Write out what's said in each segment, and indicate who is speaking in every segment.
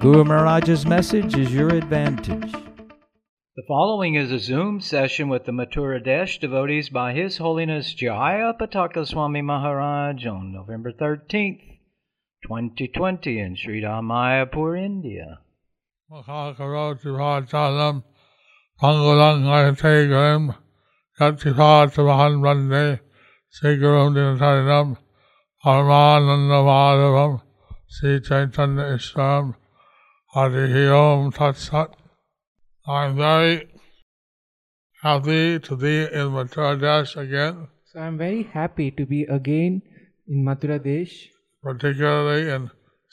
Speaker 1: Guru Maharaj's message is your advantage. The following is a Zoom session with the Mathura Desh devotees by His Holiness Jaya Pataka Swami Maharaj on November 13th, 2020 in Sri Mayapur, India.
Speaker 2: Mahakarotipachalam Pangulang Ayate Gurum Yattipatamahan Vande Sri Gurum Dinatarinam Paramananda Madhavam Sri Chaitanya Islam Adihi Om Tat Sat I am very happy to be in Mathura Desh again,
Speaker 3: So I'm very happy to be again in Mathura Desh,
Speaker 2: particularly in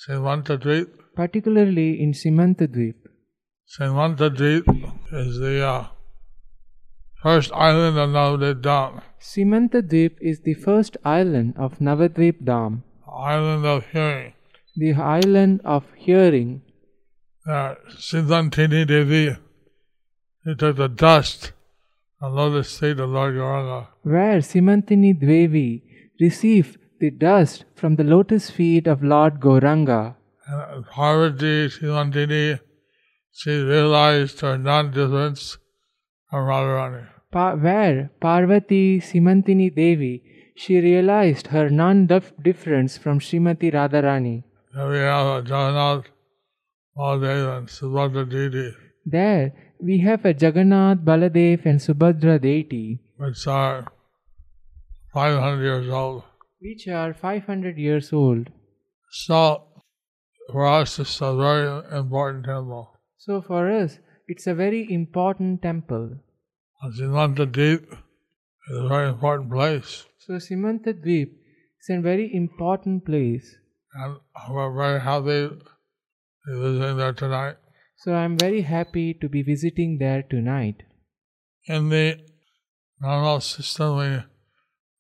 Speaker 2: Srimantadweep.
Speaker 3: particularly in Simantadweep.
Speaker 2: Srimantadweep is the uh, first island of Navadvip Dham,
Speaker 3: Simantadweep is the first island of Navadvip Dam,
Speaker 2: island of hearing.
Speaker 3: the island of hearing.
Speaker 2: that Siddhantini Devi, he took the dust and lotus feet of Lord Gauranga.
Speaker 3: where Simantini Dwevi received the dust from the lotus feet of Lord Gauranga.
Speaker 2: And Parvati Siddhantini, she realized her non-difference from Radharani.
Speaker 3: Pa- where Parvati Simantini Devi, she realized her non-difference from Srimati Radharani.
Speaker 2: Then we have Jagannath, Mahadev and Subhadra Deity,
Speaker 3: There, we have a Jagannath, Baladev and Subhadra deity,
Speaker 2: which are 500 years old.
Speaker 3: which are 500 years old.
Speaker 2: So, for us, it's a very important temple.
Speaker 3: So for us, it's a very important temple.
Speaker 2: Siddhanta Deep is a very important place.
Speaker 3: So Simantadweep is a very important place.
Speaker 2: and we're very happy to visit there tonight.
Speaker 3: So I'm very happy to be visiting there tonight.
Speaker 2: In the normal system, we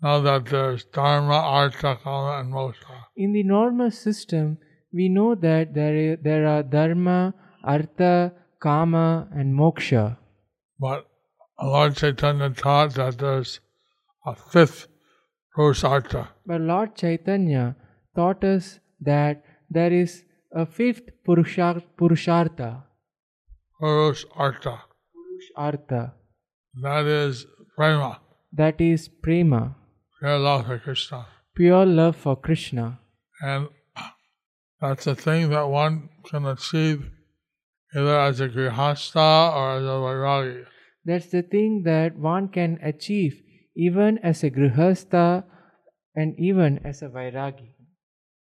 Speaker 2: know that there's Dharma, Artha, Kama, and Moksha.
Speaker 3: In the normal system, we know that there, i- there are dharma, artha, kama, and moksha.
Speaker 2: But Lord Chaitanya taught that there's a fifth Purusartha.
Speaker 3: But Lord Chaitanya taught us that there is a fifth purusha, purushartha,
Speaker 2: Purusartha.
Speaker 3: artha,
Speaker 2: That is Prema,
Speaker 3: that is prema,
Speaker 2: pure love for Krishna.
Speaker 3: pure love for Krishna.
Speaker 2: And that's a thing that one can achieve either as a Grihastha or as a Vairagi.
Speaker 3: That's the thing that one can achieve even as a grihastha and even as a vairagi.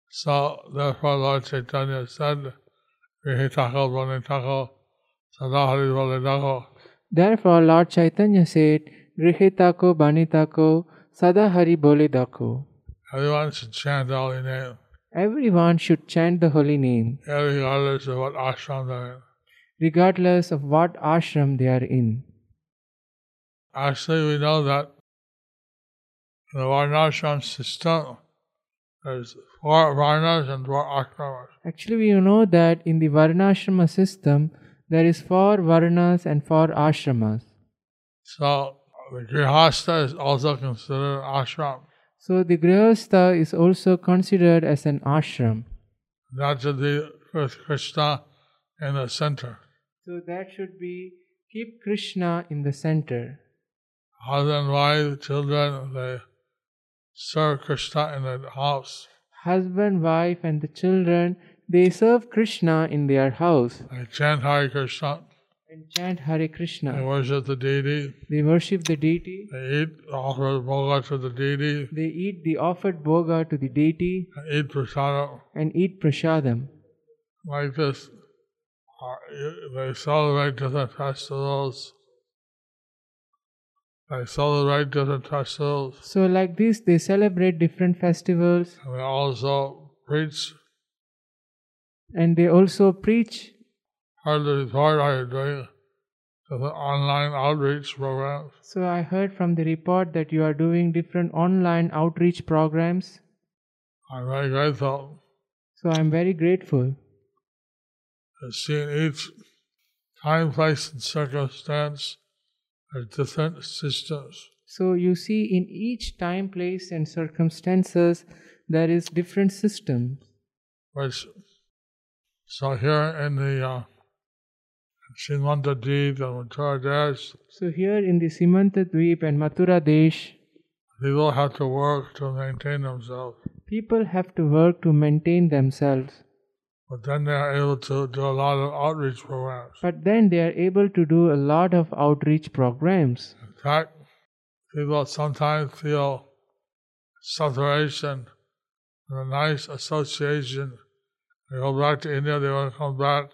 Speaker 2: So therefore Lord Chaitanya said, Vihitako Bonitako Sadahari Bolidako.
Speaker 3: Therefore, Lord Chaitanya said, Grihetako Banitako Sadahari Boledako.
Speaker 2: Everyone should chant the holy name,
Speaker 3: Everyone should chant the holy name,
Speaker 2: regardless of what ashram they're in.
Speaker 3: regardless of what ashram they are in.
Speaker 2: Actually we know that in the Varnashram system there's four Varnas and four ashramas.
Speaker 3: Actually, we know that in the Varnashrama system, there is four Varnas and four Ashramas.
Speaker 2: So the Grihastha is also considered an ashram.
Speaker 3: So the Grihastha is also considered as an ashram.
Speaker 2: That should be with Krishna in the center.
Speaker 3: So that should be keep Krishna in the center.
Speaker 2: husband, wife, children, they serve Krishna in the house.
Speaker 3: Husband, wife, and the children, they serve Krishna in their house.
Speaker 2: They chant Hare Krishna,
Speaker 3: and chant Hare
Speaker 2: they
Speaker 3: Krishna.
Speaker 2: worship the deity,
Speaker 3: They worship the deity,
Speaker 2: they eat, offer bhoga to the deity,
Speaker 3: they eat the offered boga to the deity,
Speaker 2: they eat prasadam.
Speaker 3: and eat prasadam.
Speaker 2: Like this, uh, they celebrate different festivals. They celebrate different festivals.
Speaker 3: So, like this, they celebrate different festivals
Speaker 2: And they also preach
Speaker 3: and they also preach
Speaker 2: heard the report I was doing to the online outreach programs.
Speaker 3: So I heard from the report that you are doing different online outreach programs.
Speaker 2: I'm very grateful
Speaker 3: So I'm very grateful.
Speaker 2: to seeing each time, place, and circumstance as different systems.
Speaker 3: So you see, in each time, place, and circumstances, there is different system.
Speaker 2: which so here in the uh, Shinwanta Deep and Uttaradesh,
Speaker 3: So here in the Simanta Dweep and Mathura Desh,
Speaker 2: people have to work to maintain themselves,
Speaker 3: people have to work to maintain themselves,
Speaker 2: but then they are able to do a lot of outreach programs.
Speaker 3: but then they are able to do a lot of outreach programs.
Speaker 2: In fact, people sometimes feel saturation and a nice association. They go back to India, they want to come back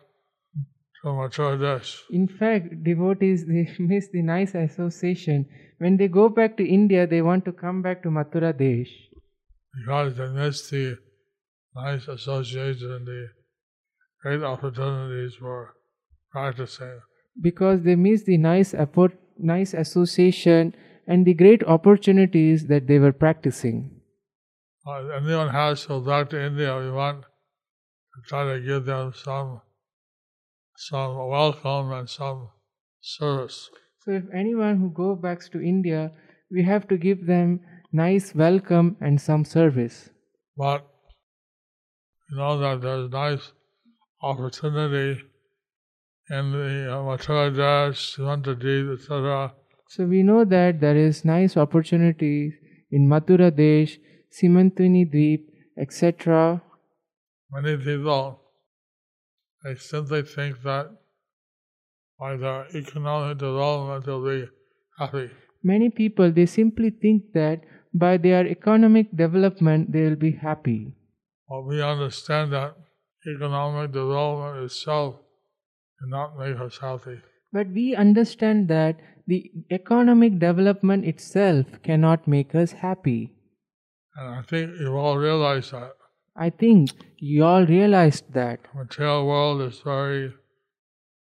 Speaker 2: to Mathuradesh.
Speaker 3: In fact, devotees they miss the nice association. When they go back to India, they want to come back to Mathura Desh
Speaker 2: because they missed the nice association and the great opportunities for practicing.
Speaker 3: because they miss the nice appor- nice association and the great opportunities that they were practicing.
Speaker 2: Uh, if anyone has to go back to India, we want to try to give them some some welcome and some service.
Speaker 3: So if anyone who go back to India, we have to give them nice welcome and some service.
Speaker 2: But you know that there's nice opportunity in the uh, Mathura Dash, Sivantadi, etc.
Speaker 3: So we know that there is nice opportunities in Mathura Desh, Simantini Dweep, etc.
Speaker 2: many people they simply think that by their economic development they'll be happy.
Speaker 3: Many people they simply think that by their economic development they will be happy.
Speaker 2: But we understand that economic development itself cannot make us healthy.
Speaker 3: But we understand that the economic development itself cannot make us happy.
Speaker 2: And I think you all realize that.
Speaker 3: I think you all realized that.
Speaker 2: The material world is very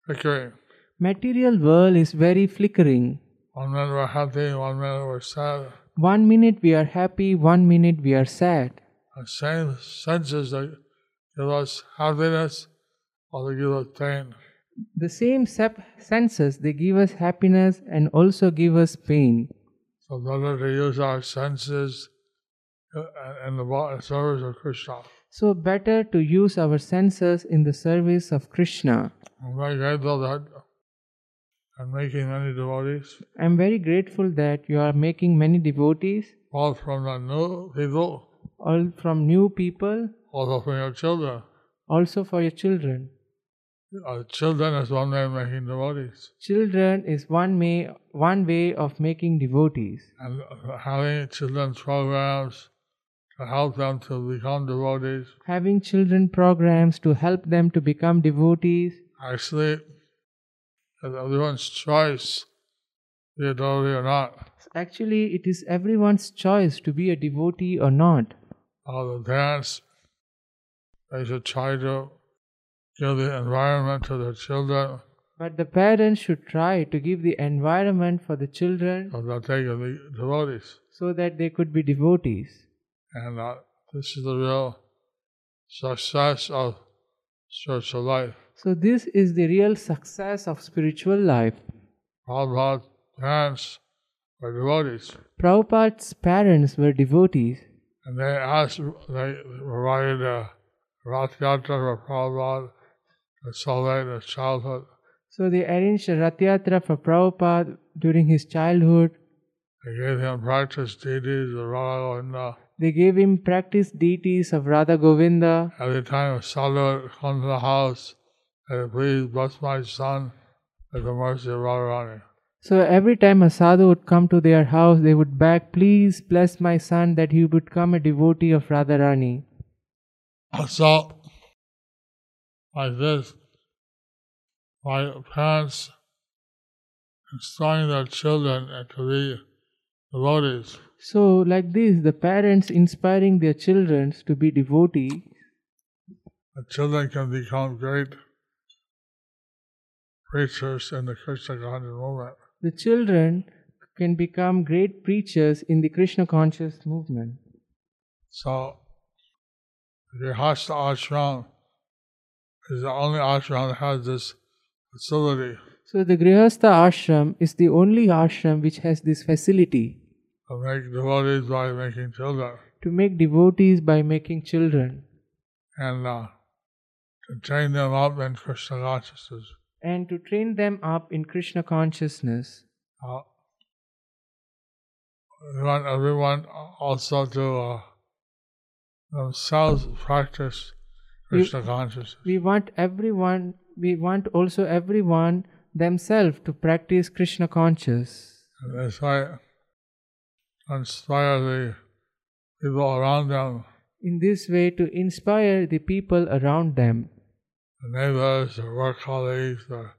Speaker 2: flickering.
Speaker 3: Material world is very flickering.
Speaker 2: One minute we're happy, one minute we're sad.
Speaker 3: One minute we are happy, one minute we are sad.
Speaker 2: The same senses that give us happiness or they give us pain.
Speaker 3: The same sep- senses they give us happiness and also give us pain.
Speaker 2: So better to use our senses uh, in the bo- service of Krishna.
Speaker 3: So better to use our senses in the service of Krishna.
Speaker 2: I'm very grateful that I'm making many devotees,
Speaker 3: I am very grateful that you are making many devotees,
Speaker 2: both from the new people,
Speaker 3: all from new people,
Speaker 2: also from your children.
Speaker 3: also for your children.
Speaker 2: Our children is one way of making devotees.
Speaker 3: Children is one way, one way of making devotees.
Speaker 2: And having children's programs to help them to become devotees.
Speaker 3: Having children programs to help them to become devotees.
Speaker 2: Actually, it's everyone's choice to be a devotee or not.
Speaker 3: Actually, it is everyone's choice to be a devotee or not.
Speaker 2: all the parents. They should try to give the environment to their children
Speaker 3: But the parents should try to give the environment for the children
Speaker 2: so that they can be devotees.
Speaker 3: so that they could be devotees.
Speaker 2: And uh, this is the real success of spiritual life.
Speaker 3: So, this is the real success of spiritual life.
Speaker 2: Prabhupada's parents were devotees.
Speaker 3: Prabhupada's parents were devotees
Speaker 2: And they asked, they provided a Rath Yatra for Prabhupada to celebrate his childhood.
Speaker 3: So they arranged a Rath Yatra for Prabhupada during his childhood.
Speaker 2: They gave him practice deities of Radha Govinda.
Speaker 3: They gave him practice deities of Radha Govinda.
Speaker 2: Every time a sailor comes to the house, and please bless my son with the mercy of Radharani.
Speaker 3: So every time a sadhu would come to their house, they would beg, Please bless my son that he would become a devotee of Radharani.
Speaker 2: So, like this, my parents instructing their children and to be devotees.
Speaker 3: So, like this, the parents inspiring their children to be devotee,
Speaker 2: The children can become great preachers in the Krishna Gandhi movement.
Speaker 3: The children can become great preachers in the Krishna conscious movement.
Speaker 2: So, Grihastha Ashram is the only ashram that has this facility
Speaker 3: So the Grihastha ashram is the only ashram which has this facility
Speaker 2: to make devotees by making children
Speaker 3: to make devotees by making children
Speaker 2: and uh, to train them up in Krishna consciousness.
Speaker 3: and to train them up in Krishna consciousness.
Speaker 2: Uh, we want everyone also to uh, themselves practice Krishna consciousness.
Speaker 3: We want everyone, we want also everyone themselves to practice Krishna conscious
Speaker 2: And that's why to inspire the people around them,
Speaker 3: in this way to inspire the people around them,
Speaker 2: the neighbors, their work colleagues, their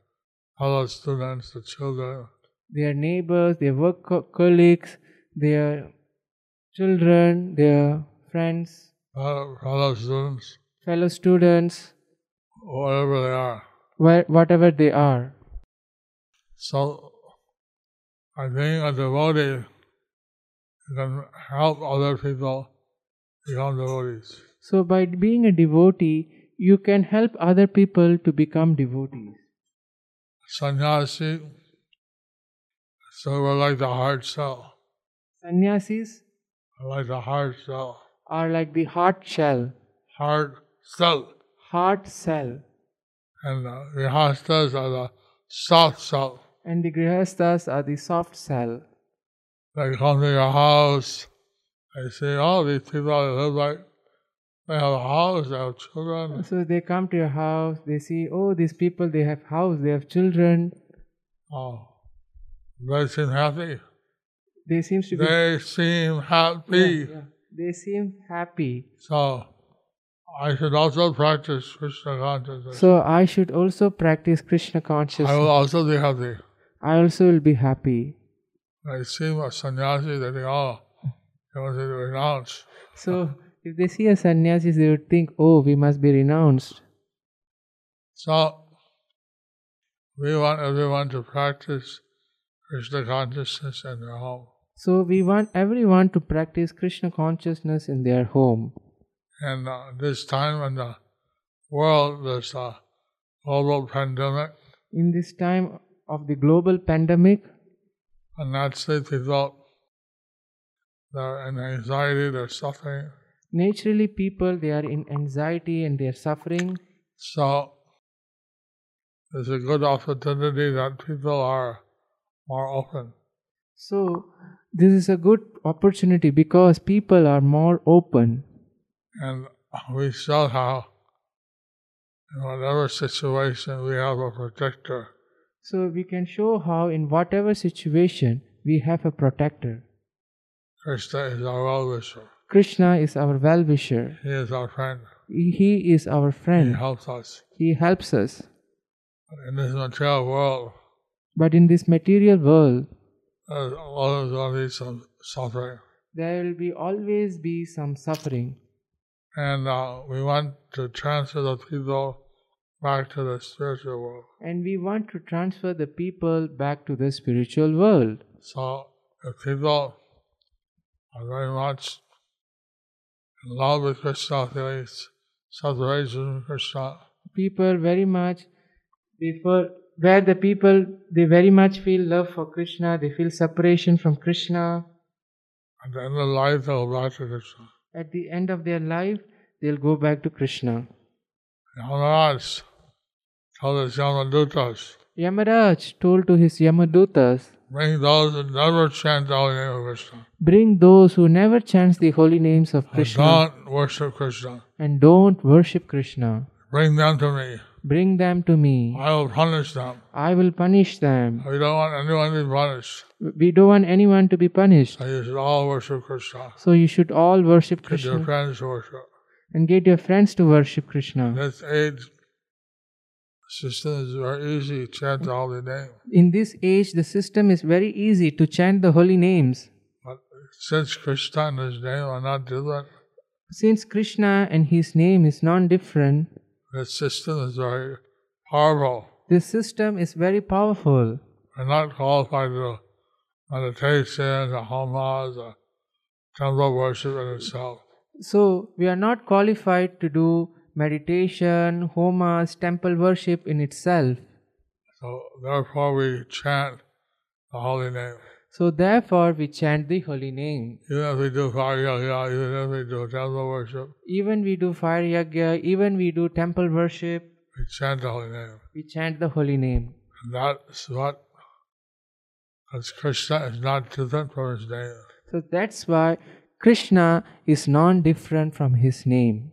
Speaker 2: fellow students, the children,
Speaker 3: their neighbors, their work co- colleagues, their children, their friends,
Speaker 2: fellow fellow students,
Speaker 3: fellow students,
Speaker 2: whatever they are.
Speaker 3: where, whatever they are.
Speaker 2: So, by being a devotee, you can help other people become devotees.
Speaker 3: So, by being a devotee, you can help other people to become devotees.
Speaker 2: Sannyasi, so we're like the hard shell.
Speaker 3: Sannyasis
Speaker 2: We're like the hard shell.
Speaker 3: are like the heart shell,
Speaker 2: Hard shell.
Speaker 3: heart cell,
Speaker 2: And the Grihasthas are the soft shell.
Speaker 3: and the grihasthas are the soft cell.
Speaker 2: They come to your house, they say, oh, these people that live like, they have a house, they have children.
Speaker 3: So, they come to your house, they see, oh, these people, they have house, they have children,
Speaker 2: Oh, they seem happy.
Speaker 3: they seem to be.
Speaker 2: They seem happy.
Speaker 3: Yeah, yeah. They seem happy.
Speaker 2: So I should also practice Krishna consciousness.
Speaker 3: So I should also practice Krishna
Speaker 2: I will
Speaker 3: consciousness.
Speaker 2: also be happy.
Speaker 3: I also will be happy.
Speaker 2: I see a sannyasi that they all they want to renounce.
Speaker 3: So if they see a sannyasi, they would think, oh, we must be renounced.
Speaker 2: So we want everyone to practice Krishna consciousness in their home.
Speaker 3: So we want everyone to practice Krishna consciousness in their home.
Speaker 2: And uh, this time in the world, this uh, global pandemic,
Speaker 3: In this time of the global pandemic,
Speaker 2: and that's the people. They're in anxiety, they're suffering.
Speaker 3: naturally people they are in anxiety and they are suffering.
Speaker 2: So there's a good opportunity that people are more open.
Speaker 3: So this is a good opportunity because people are more open.
Speaker 2: And we somehow, in whatever situation, we have a protector.
Speaker 3: So we can show how in whatever situation we have a protector.
Speaker 2: Krishna is our well wisher.
Speaker 3: Krishna is our well wisher.
Speaker 2: He is our friend.
Speaker 3: He is our
Speaker 2: He
Speaker 3: friend.
Speaker 2: helps us.
Speaker 3: He helps us.
Speaker 2: In this material world,
Speaker 3: But in this material world,
Speaker 2: there's always going to be some suffering.
Speaker 3: there will be always be some suffering.
Speaker 2: And uh, we want to transfer the people back to the spiritual world.
Speaker 3: And we want to transfer the people back to the spiritual world.
Speaker 2: So if people are very much in love with Krishna, there is separation with Krishna,
Speaker 3: People very much, they feel- where the people, they very much feel love for Krishna, they feel separation from Krishna.
Speaker 2: at the end of life they will back to Krishna.
Speaker 3: At the end of their life, they'll go back to Krishna.
Speaker 2: Yamaraj told his Yamadutas,
Speaker 3: Yamaraj told to his Yamadutas,
Speaker 2: bring those who never chant the holy name of Krishna,
Speaker 3: Bring those who never chant the holy names of
Speaker 2: who
Speaker 3: Krishna
Speaker 2: don't worship Krishna,
Speaker 3: and don't worship Krishna.
Speaker 2: bring them to me.
Speaker 3: Bring them to me.
Speaker 2: I will punish them.
Speaker 3: I will punish them.
Speaker 2: We don't want anyone to be punished.
Speaker 3: We don't want anyone to be punished.
Speaker 2: So you should all worship Krishna.
Speaker 3: So you should all worship
Speaker 2: Get your
Speaker 3: Krishna
Speaker 2: friends to worship.
Speaker 3: and get your friends to worship Krishna.
Speaker 2: this age, system is very easy to chant the holy name.
Speaker 3: In this age, the system is very easy to chant the holy names.
Speaker 2: But since Krishna and his name are not different,
Speaker 3: Since Krishna and his name is non different,
Speaker 2: the system is very powerful.
Speaker 3: This system is very powerful.
Speaker 2: We're not qualified to do meditation, the homas, the temple worship in itself.
Speaker 3: So, we are not qualified to do meditation, homas, temple worship in itself.
Speaker 2: So therefore we chant the holy name.
Speaker 3: So, therefore, we chant the holy name.
Speaker 2: Even if we do fire yoga, even if we do temple worship,
Speaker 3: Even we do fire yagya, even we do temple worship,
Speaker 2: we chant the holy name.
Speaker 3: we chant the holy name.
Speaker 2: And that's what because Krishna is not different from his name.
Speaker 3: So, that's why Krishna is non different from his name.